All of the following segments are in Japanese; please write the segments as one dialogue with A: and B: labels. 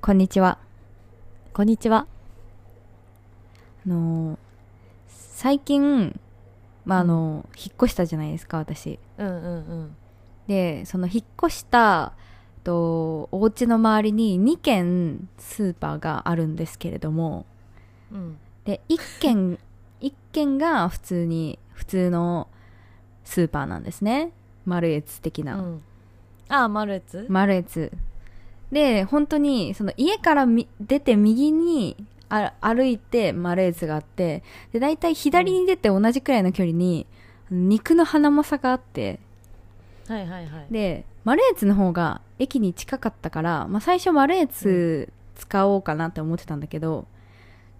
A: こんにちは。
B: こんにちは。
A: あのー最近、まあ、あのー引っ越したじゃないですか、私。
B: うんうんうん。
A: で、その引っ越した、と、お家の周りに2軒スーパーがあるんですけれども、
B: うん。
A: で、1軒、一軒が普通に、普通のスーパーなんですね。マルエツ的な。
B: うん、ああ、マルツ、
A: マルエツ。で、本当に、その家からみ出て右にあ歩いてマルエツがあって、で、大体左に出て同じくらいの距離に、肉の花まさがあって、
B: はいはいはい。
A: で、マルエツの方が駅に近かったから、まあ最初マルエツ使おうかなって思ってたんだけど、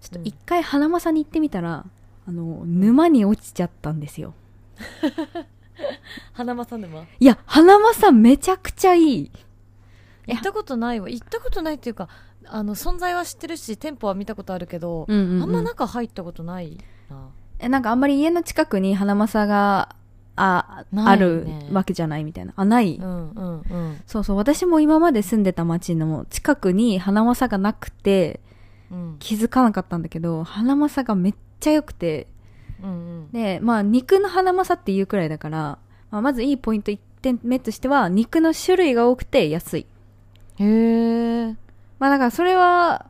A: ちょっと一回花まさに行ってみたら、あの、沼に落ちちゃったんですよ。
B: 花正沼。
A: いや、花まさめちゃくちゃいい。いや
B: 行ったことないわ。行ったことないっていうか、あの、存在は知ってるし、店舗は見たことあるけど、
A: うんうんうん
B: あんま中入ったことないな。
A: えなんかあんまり家の近くに花正があ,、
B: な
A: あ
B: いよ
A: る
B: ね
A: わけじゃないみたいなあない、
B: うんうんうん。
A: そうそう私も今まで住んでた町のも近くに花正がなくて
B: うん。
A: 気づかなかったんだけど花正がめっちゃ良くて
B: うんうん。
A: でまあ肉の花正っていうくらいだから、まあ、まずいいポイント1点目としては肉の種類が多くて安い
B: へえ。
A: まあだからそれは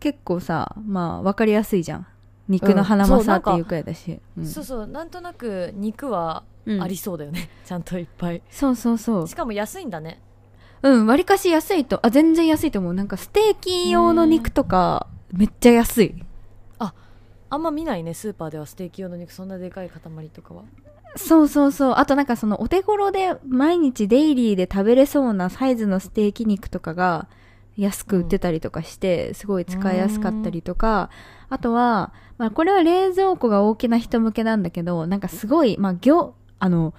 A: 結構さまあ分かりやすいじゃん肉の花
B: うんそう
A: 正
B: な
A: っ
B: んか
A: ていうくらいだし、うん
B: そうそう、なんとなく肉は
A: うん
B: ありそうだよね。ちゃんといっぱい。
A: そうそうそう
B: しかも安いんだね。
A: うん、割かし安いと、あ、全然安いと思う。なんかステーキ用の肉とか、めっちゃ安い。
B: あんま見ないね、スーパーではステーキ用の肉、そんなでかい塊とかは。
A: そうそうそう。あとなんかそのお手頃で毎日デイリーで食べれそうなサイズのステーキ肉とかが安く売ってたりとかして、すごい使いやすかったりとか、あとは、まあこれは冷蔵庫が大きな人向けなんだけど、なんかすごい、まあ業、あの、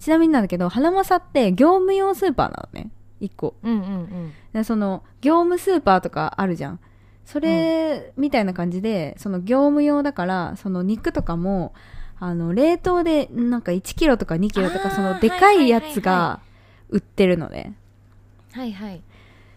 A: ちなみになんだけど、花正って業務用スーパーなのね。一個。
B: うんうんうん。
A: でその業務スーパーとかあるじゃんそれみたいな感じで、その業務用だからその肉とかもあの冷凍でなんか1キロとか2キロと
B: あ
A: か
B: ー
A: そのでかいやつ
B: はいはいはい
A: が売ってるので
B: はいはい。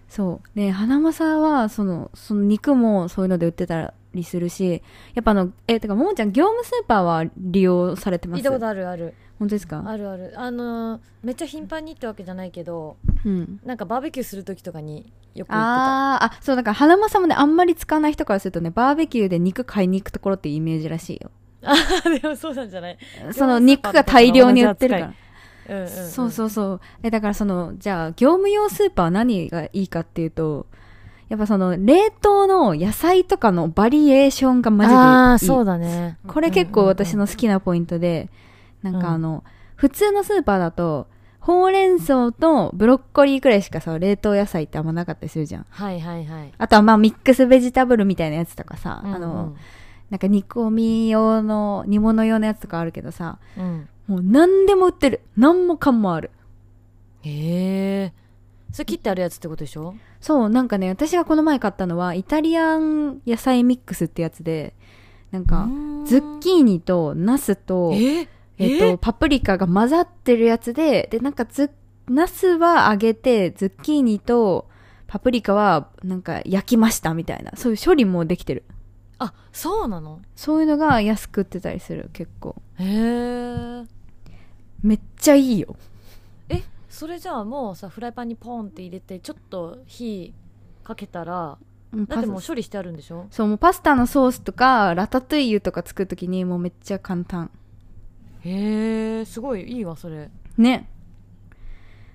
A: そうで花正はそのその肉もそういうので売ってたりするしやっぱあのえてかももちゃん業務スーパーは利用されてま
B: 聞い
A: す
B: たことあるある。
A: 本当ですか
B: あるあるあのーめっちゃ頻繁にってわけじゃないけど
A: うん
B: なんかバーベキューする時とかによく行って
A: あーあそうだから花正もねあんまり使わない人からするとねバーベキューで肉買いに行くところっていうイメージらしいよ
B: たあー でもそうなんじゃない、
A: その肉が大量に売ってるから。
B: うんうんん
A: そうそうそう。え、だからその、じゃあ、業務用スーパーは何がいいかっていうと、やっぱその、冷凍の野菜とかのバリエーションがマジでいい。
B: ああそうだね
A: これ結構私の
B: 好
A: 好きなポイントで、なんか
B: うん
A: あの、普通のスーパーだと、ほうれん草とブロッコリーくらいしかさ、冷凍野菜ってあんまなかったりするじゃん。
B: はいはいはい
A: あとはまあ、ミックスベジタブルみたいなやつとかさ、あ
B: うん
A: の、なんか煮込み用の、煮物用のやつとかあるけどさ、
B: うんうん
A: もう何でも売ってる。何もかもある。
B: へえそれ切ってあるやつってことでしょ
A: そう、なんかね、私がこの前買ったのは、イタリアン野菜ミックスってやつで、なんか、ズッキーニとナスと、
B: え
A: えっ
B: え
A: と、パプリカが混ざってるやつで、で、なんかズ、ナスは揚げて、ズッキーニとパプリカは、なんか焼きましたみたいな、そういう処理もできてる。
B: あそうなの
A: そういうのが安く売ってたりする、結構。
B: へえ
A: めっちゃいいよ。
B: えそれじゃあもうさフライパンにポンって入れてちょっと火かけたらだってもう
A: パス
B: 処理してあるんでしょ
A: そう、もうパスタのソースとか、ラタトゥイユとか作るときに、もうめっちゃ簡単。
B: へえすごいいいわそれ
A: ね。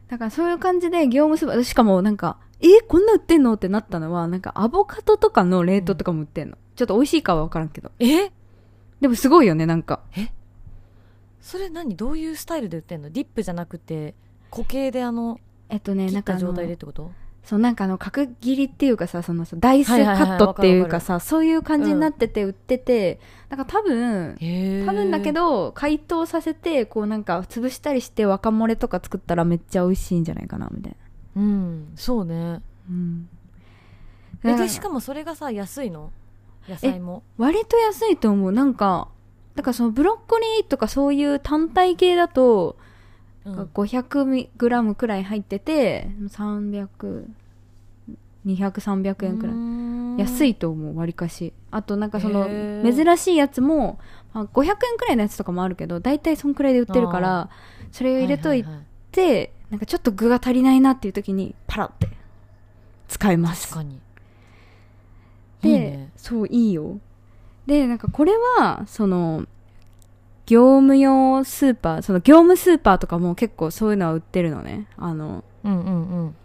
A: だからそういう感じで業務スーパー、しかもなんか、えこんな売ってんのってなったのは、なんかアボカドとかの冷凍とかも売ってんの。ちょっと美味しいかはわからんけど。
B: え
A: でもすごいよね、なんか。
B: それ何どういうスタイルで売ってんのディップじゃなくて固形であの
A: えっとね、
B: 切
A: な
B: っ
A: んか
B: た
A: あの
B: 状態でってこと
A: そう、なんかあの、角切りっていうかさ、そのさ、ダイスカットっていうかさ、そういう感じになってて売ってて、なんか多分、
B: へえ
A: 多分だけど、解凍させて、こうなんか潰したりして若漏れとか作ったらめっちゃ美味しいんじゃないかな、みたいな。
B: うんそうね
A: うん。
B: えでしかもそれがさ安いの野菜も
A: 割と安いと思うなんかだからそのブロッコリーとかそういう単体系だと
B: うん
A: 5 0 0ムくらい入ってて300 200300円くらい安
B: い
A: いと思うわりかしあとなんかその
B: へー
A: 珍しいやつも、まあ、500円くらいのやつとかもあるけど大体そんくらいで売ってるからそれを入れといて、
B: ははは
A: なんかちょっと具が足りないなっていう時にパラって使えます
B: 確かに
A: で
B: いいね
A: そういいよでなんかこれはその業務用スーパーその業務スーパーとかも結構そういうのは売ってるのねあの
B: うんうんうん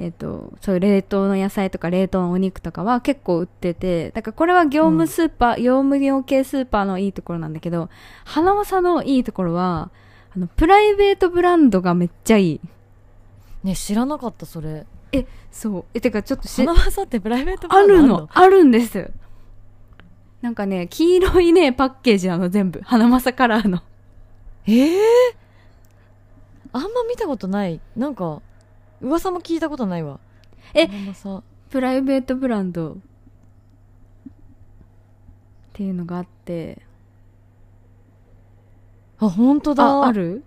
A: えっとそういう冷凍の野菜とか冷凍のお肉とかは結構売っててだからこれは業務スーパー、業務用系スーパーのいいところなんだけど花わさのいいところはあのプライベートブランドがめっちゃいい
B: ね知らなかったそれ
A: そうえてかちょっとし
B: 花わさってプライベートブ
A: あ
B: ランド
A: るのあるんですなんかね黄色いねパッケージなの全部花まさカラーの
B: ええあんま見たことないなんか噂も聞いたことないわ
A: え
B: 花わさ
A: プライベートブランドっていうのがあって
B: あ本当だ
A: あある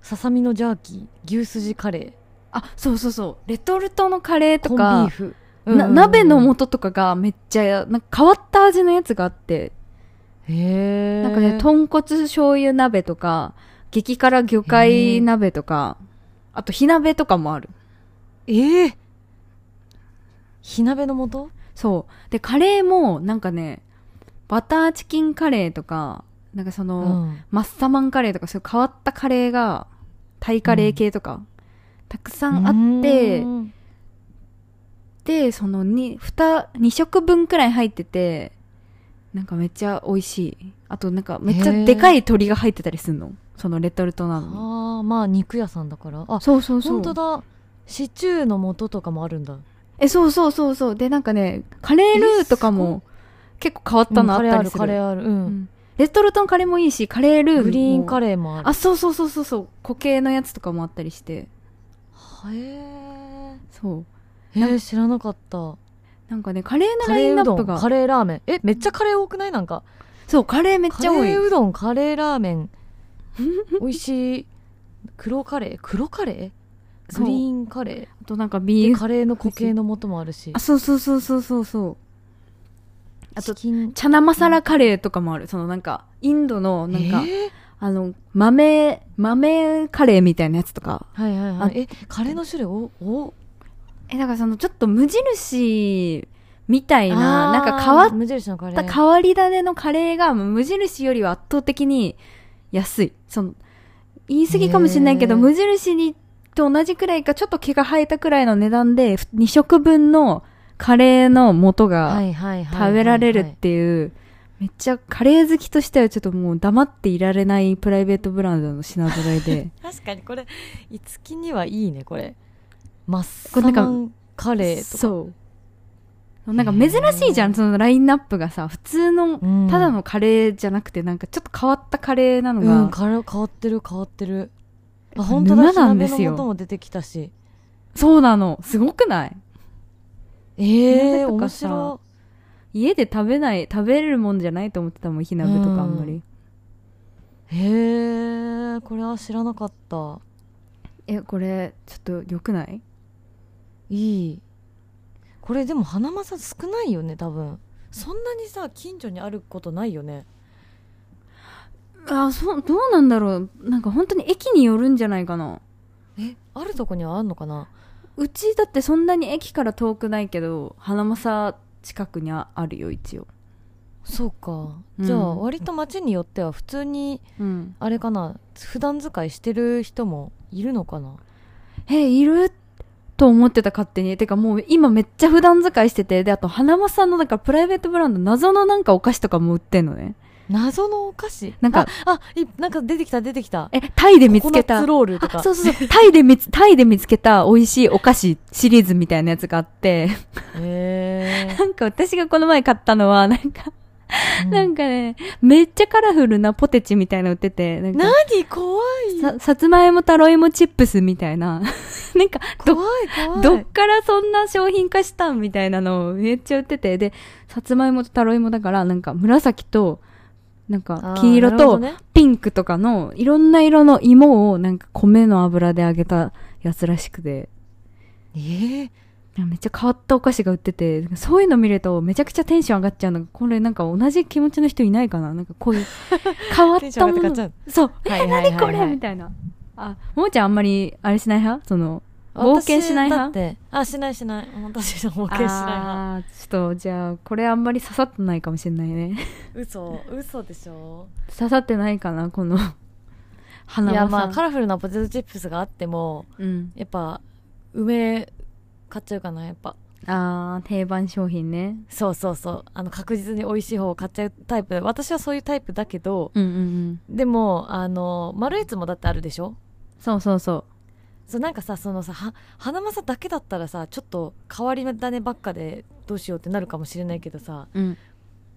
B: ささみのジャーキー牛すじカレ
A: あそうそうそうレトルトのカレー
B: ー
A: と
B: コンビー
A: か
B: フ
A: な鍋の
B: も
A: 素とかがめっちゃなんか変わった味のやつがあって
B: へえ
A: なんかね豚骨醤油鍋とか激辛魚介鍋とかあと火鍋とかもある
B: ええ火鍋の素
A: そう。で、カレーも、なんかね、バターチキンカレーとか、なんかその、
B: うん
A: マッサマンカレーとか、そういう変わったカレーが、タイカレー系とか、たくさんあって
B: う、ん
A: で、その2、二二食分くらい入ってて、なんかめっちゃ美味しい。あとなんかめっちゃでかい鶏が入ってたりするの。そのレトルトなのに。
B: ああまあ肉屋さんだからあ
A: そうそうそう。
B: 本当だシチューの素とかもあるんだ
A: え、そうそうそうそう。で、なんかね、カレールーとかも結構変わったのあ
B: カ
A: っ
B: レー
A: た
B: あ
A: り
B: る
A: す
B: カ
A: る
B: レ。ーあるう
A: うんんレトルトのカレーもいいしカレールーも
B: グリーンカレーもある
A: あそうそうそうそうそう固形のやつとかもあったりして
B: はえ
A: そう
B: へえ知らなかった
A: なんかねカレーの
B: カ
A: ライ
B: レ
A: ン
B: ー
A: ナ
B: うど
A: ップ
B: ん
A: が
B: カレーラーメンえめっちゃカレー多くないなんか
A: そうカレーめっ
B: カ
A: ちゃ多い
B: レーうどんカレーラー メン美味しい黒カレー黒カレー
A: そう
B: グリーンカレ
A: あとなんか
B: ー
A: ビ
B: で
A: ーフ
B: カレーの固形の素もあるし
A: あそうそうそうそうそうそうあ
B: チ
A: と
B: キン
A: チャナマサラカレーとかもあるそのなんかインドのなんか、
B: えー
A: あの豆豆カレーみたいなやつとか
B: はいはいは
A: あ
B: いえカレーの種類おお
A: えだからそのちょっと無印みたいななんか変
B: あ
A: わ
B: ー無印のカレ
A: った
B: ー
A: 変わり種のカレーが無印よりは圧倒的に安い。その、言い過ぎかもしれないけど、
B: へー
A: 無印にと同じくらいか、ちょっと毛が生えたくらいの値段で、2食分のカレーの素
B: は
A: が
B: いはいはい
A: 食べられるっていう、めっちゃカレー好きとしてはちょっともう黙っていられないプライベートブランドの品揃え で。
B: 確かにこれいつきにはいいねこれマッ
A: こ
B: サ
A: れなんか
B: マンカレーとか
A: そう。なんか珍しいじゃん、そのラインナップがさ、普通の、
B: うん
A: ただのカレーじゃなくて、なんかちょっと変わったカレーなのが、
B: うんカレー変わってる変わってるあ本当だ
A: 沼なんですよ
B: 火鍋の素も出てきたし
A: そうなの。すごくない
B: ええ
A: 鍋と
B: 面
A: かさ
B: 白
A: 家で食べない、食べれるもんじゃないと思ってたもん、火鍋とかあんまり。
B: うんいへえこれは知らなかった
A: え、これ、ちょっと良くない
B: いいこれでも花間さん少ないよね多分そんなにさ近所にあることないよね
A: あ、そう、どうなんだろう。なんか本当に駅によるんじゃないかな。
B: えあるとこにはあんのかな
A: うちだってそんなに駅から遠くないけど、花正近くにああるよ、一応。
B: そうか
A: うん
B: じゃあ割と街によっては普通に
A: うん。
B: あれかな普段使いしてる人もいるのかな
A: え、いると思ってた勝手に。てかもう今めっちゃ普段使いしてて、で、あと花間さんのなんかプライベートブランド謎のなんかお菓子とかも売ってんのね。
B: 謎のお菓子
A: なんか
B: ああいなんか出てきた出てきた
A: え、タイで見つけ
B: ココナッ
A: た
B: ツ。ロールと
A: あ
B: か
A: そうそうそう。タイで見つ、タイで見つけた美味しいお菓子シリーズみたいなやつがあって、
B: へ
A: なんか私がこの前買ったのは、なんか、
B: え
A: なんかね、めっちゃカラフルなポテチみたいなの売ってて、なんか、
B: 何怖い
A: さ、さつまいもタロイモチップスみたい な、なんか、ど、
B: 怖い怖い
A: どっからそんな商品化したんみたいなのをめっちゃ売ってて、で、さつまいもとタロイモだから、なんか紫と、なんか
B: あー
A: 黄色
B: なるほ
A: と
B: どね
A: ピンクとかのいろんな色の芋をなんか米の油で揚げたやつらしくて
B: えー、
A: めっちゃ変わったお菓子が売っててそういうの見るとめちゃくちゃテンション上がっちゃうのがこれなんか同じ気持ちの人いないかななんかこう いう変わっ
B: テンショ
A: た
B: ン上が
A: も
B: って買っ
A: の
B: ちゃう
A: そう「
B: はい
A: え
B: はいはいはい
A: 何これ!」みたいなあももちゃんあんまりあれしない派その冒険しない
B: 私だ
A: 派
B: ってあしないしない私の冒険しない派
A: あーちょっとじゃあこれあんまり刺さってないかもしれないね
B: 嘘嘘でしょ
A: 刺さってないかなこの花
B: いや
A: 輪
B: ま
A: さ
B: あ
A: ん
B: カラフルなポテトチップスがあっても
A: うん、
B: やっぱ梅買っちゃうかなやっぱ
A: あー定番商品ね
B: そうそうそうあの確実に美味しい方を買っちゃうタイプ私はそういうタイプだけど
A: うんうんうん
B: でもあのマルエツもだってあるでしょ
A: そうそうそう
B: そうなんかさそのさは花正だけだったらさちょっと変わり種ばっかでどうしようってなるかもしれないけどさ
A: うん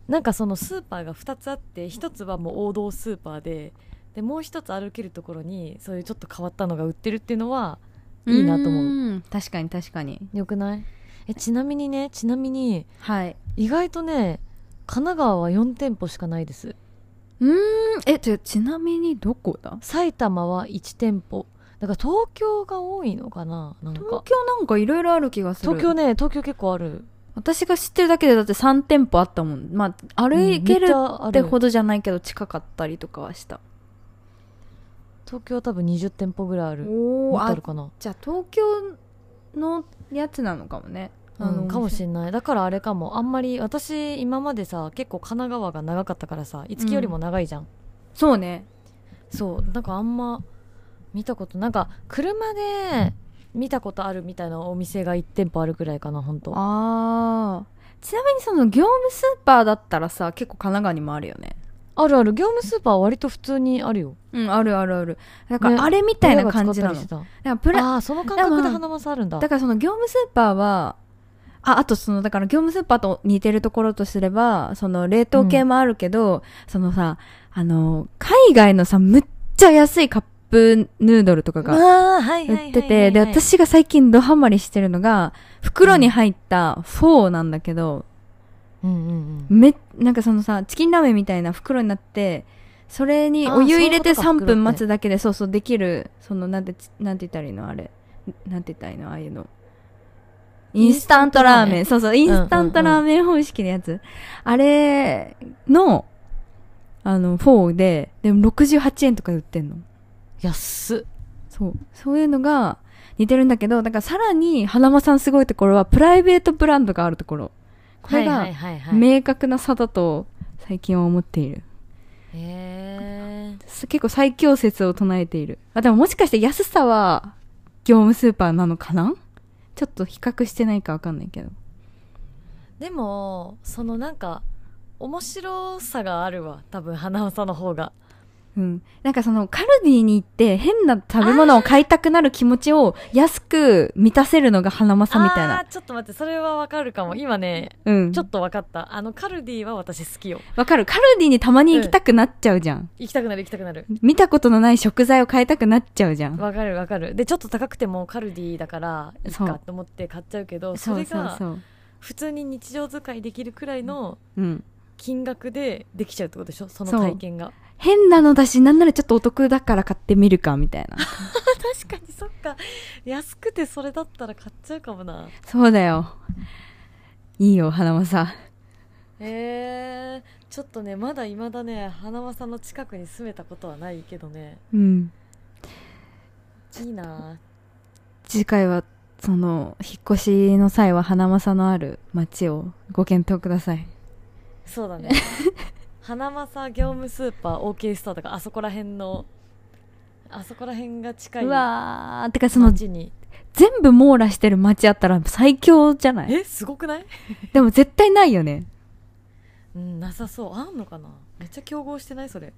B: なんかそのスーパーが2つあって1つはもう王道スーパーででもう1つ歩けるところにそういうちょっと変わったのが売ってるっていうのはいいなと思う
A: うん確かに確かに
B: よくないえちなみにねちなみに
A: はい
B: 意外とね神奈川は4店舗しかないです
A: うーんえじゃあちなみにどこだ
B: 埼玉は1店舗だから東京が多いのかななん
A: 東
B: か
A: 京なんかいろいろある気がする
B: 東京ね東京結構ある
A: 私が知ってるだけでだって3店舗あったもんまあ歩けるってほどじゃないけど近かったりとかはした
B: 東京は多分20店舗ぐらいある
A: おー
B: もっとあ
A: あ
B: るかな
A: じゃあ東京のやつなのかもね
B: うん、かもし
A: れ
B: れないだからあれかもあんまり私今までさ結構神奈川が長かったからさいつきよりも長いじゃん、
A: そうね
B: そうなんかあんま見たことなんか車で見たことあるみたいなお店が1店舗あるぐらいかな本当
A: ああちなみにその業務スーパーだったらさ結構神奈川にもあるよね
B: あるある業務スーパーは割と普通にあるよ
A: うんあるあるあるだか
B: か
A: ららあれみたいな感じなの、
B: 親
A: だか
B: が使ったり
A: らプ
B: して
A: ラ
B: たあーその感覚
A: で
B: で
A: も
B: 花正あるんだ
A: だからその業務スーパーはああとそのだから業務スーパーと似てるところとすればその冷凍系もあるけど、そのさあの海外のさむっちゃ安いカップヌードルとかが
B: あーはいはいはい
A: 売っててで私が最近ドハマりしてるのが袋に入ったフォーなんだけど、
B: うんうんうん
A: めなんかそのさチキンラーメンみたいな袋になってそれにお湯入れ
B: あ
A: て
B: ーそういうこ
A: 3
B: とか袋って
A: 分待つだけでそうそうできるそのなんてちなんて言ったらいいのあれなんて言ったらいいのああいうのインスタントラーメンそうそうインスタントラーメン方式のやつ、あれのあのフォーででも68円とかで売ってんの
B: 安っ
A: そうそういうのが似てるんだけどだからさらに花間さんすごいところはプライベートブランドがあるところこれが、
B: はいはいはいはい、
A: 明確な差だと最近は思っている
B: へー
A: す結構最強説を唱えているあでももしかして安さは業務スーパーなのかなちょっと比較してないかわかんないけど
B: でもそのなんか面白さがあるわ多分花輪さんの方が
A: うんなんかそのカルディに行って変な食べ物を買いたくなる気持ちを安く満たせるのが花正みたい
B: あ
A: な
B: ーちょっと待ってそれはわかるかも今ね
A: うん
B: ちょっとわかったあのカルディは私好きよ
A: わかるカルディにたまに行きたくなっちゃうじゃん、
B: 行きたくなる行きたくなる
A: 見たことのない食材を買いたくなっちゃうじゃん
B: わかるわかるでちょっと高くてもカルディだからいい
A: そ
B: か
A: う
B: と思って買っちゃうけどそ
A: そう
B: れ
A: そうそ
B: が
A: う
B: 普通に日常使いできるくらいの
A: うん
B: 金額でできちゃうってことでしょその
A: そう
B: 体験が
A: 変なのだしなんならちょっとお得だから買ってみるかみたい な
B: 確かにそっか安くてそれだったら買っちゃうかもな
A: そうだよ。いいよ、花間さん。
B: えー、ちょっとねまだいまだね花輪さんの近くに住めたことはないけどね
A: うん。
B: いいな
A: 次回は、その、引っ越しの際は花間さんのある町をご検討ください。
B: そうだね 花正業務スーパー OK スターとかあそこら辺のあそこら辺が近いう
A: わー。てか、その、
B: 街に
A: 全部網羅してる町あったら最強じゃない
B: えすごくない、
A: でも絶対ないよね。
B: うん、なさそうあんのかなめっちゃ競合してないそれ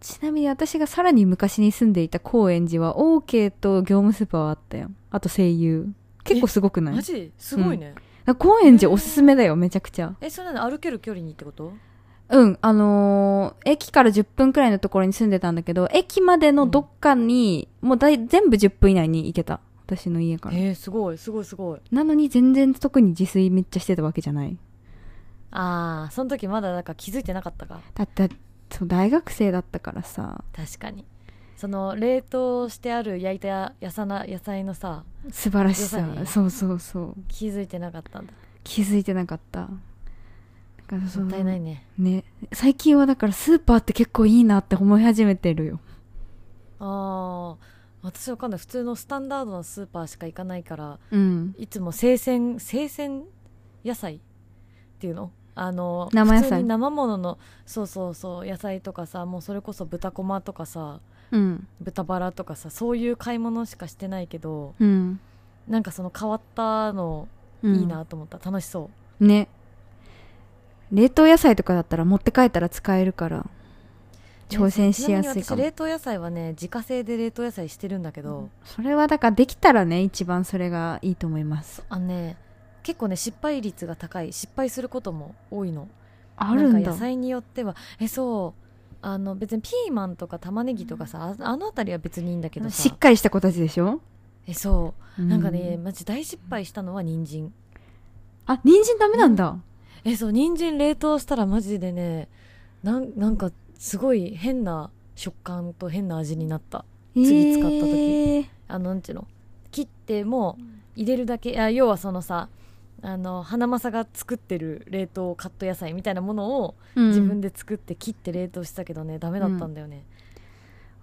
A: ちなみに私がさらに昔に住んでいた高円寺は、オーケーと業務スーパーはあったよ。あと声優。結構すごくない
B: マジすごいね、
A: だから高円寺おすすめだよ、めちゃくちゃ。
B: えそれなの歩ける距離にってこと
A: うん、あのー駅から10分くらいのところに住んでたんだけど、駅までのどっかに、もうだい全部10分以内に行けた。私の家から。
B: えー、すごいすごいすごい
A: なのに全然特に自炊めっちゃしてたわけじゃない。
B: あーその時まだなんか気づいてなかったか
A: だって、そう、大学生だったからさ。
B: 確かにその冷凍してある焼いた野菜な野菜のさ
A: 素晴らしさ
B: 良さに
A: そうそうそう
B: 気づいてなかったんだ
A: 気づいてなかっただからそ
B: も
A: の
B: ったいないね
A: ね最近はだからスーパーって結構いいなって思い始めてるよ
B: ああ私わかんない普通のスタンダードなスーパーしか行かないから
A: うん
B: いつも生鮮生鮮野菜っていうのあの
A: 生野菜
B: 普通に生もののそうそうそう野菜とかさもうそれこそ豚こまとかさ
A: うん
B: 豚バラとかさそういう買い物しかしてないけど
A: うん
B: なんかその変わったの
A: うん
B: いいなと思った、楽しそう
A: ね冷凍野菜とかだったら持って帰ったら使えるから挑戦しやすい
B: ちな
A: か
B: みに
A: も
B: 私冷凍野菜はね自家製で冷凍野菜してるんだけど、
A: それはだからできたらね一番それがいいと思います
B: あのね結構ね失敗率が高い失敗することも多いの
A: あるん
B: なんか
A: だ
B: 野菜によってはえそうあの別にピーマンとか玉ねぎとかさああの辺りは別にいいんだけど
A: し
B: さ
A: っかりした子たちでしょ、
B: えそうなんかね、
A: う
B: マジ大失敗したのは人参
A: あ人参ダメなんだ、
B: えそう人参冷凍したらマジでねなんなんかすごい変な食感と変な味になった次使った時
A: えー
B: あのなんちゅうの切っても入れるだけあ要はそのさあの花正が作ってる冷凍カット野菜みたいなものを
A: うん
B: 自分で作って切って冷凍したけどね、ダメだったんだよね、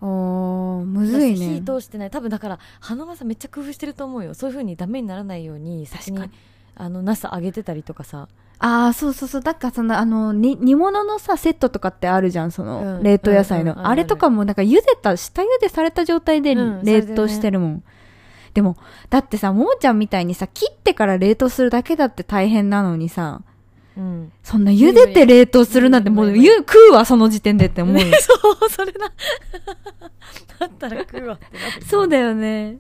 A: おーむ
B: だ
A: ず
B: し
A: いね
B: 火通してない多分だから花正めっちゃ工夫してると思うよそういう風にダメにならないように先に
A: 確か
B: あのナス揚げてたりとかさ
A: ああそうそうそうだからそのあのに煮物のさセットとかってあるじゃんその、
B: うん
A: 冷凍野菜の、
B: うんうんうん
A: あれとかもなんか茹でた下茹でされた状態で
B: うん
A: 冷凍してるもん、でもだってさもーちゃんみたいにさ切ってから冷凍するだけだって大変なのにさ
B: うん
A: そんな茹でて冷凍するなんてもう
B: 無理無理
A: ゆ食うわその時点でって思うよ
B: そうそれな だったら食うわってなる
A: そうだよね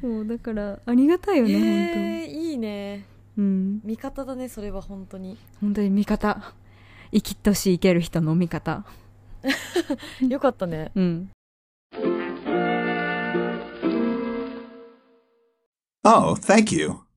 A: そうだからありがたいよね、
B: えー、いいね
A: 本当うん
B: 味方だねそれは本当に
A: 本当に味方生きっとし生ける人の味方
B: よかったね
A: うん
C: Oh, thank you.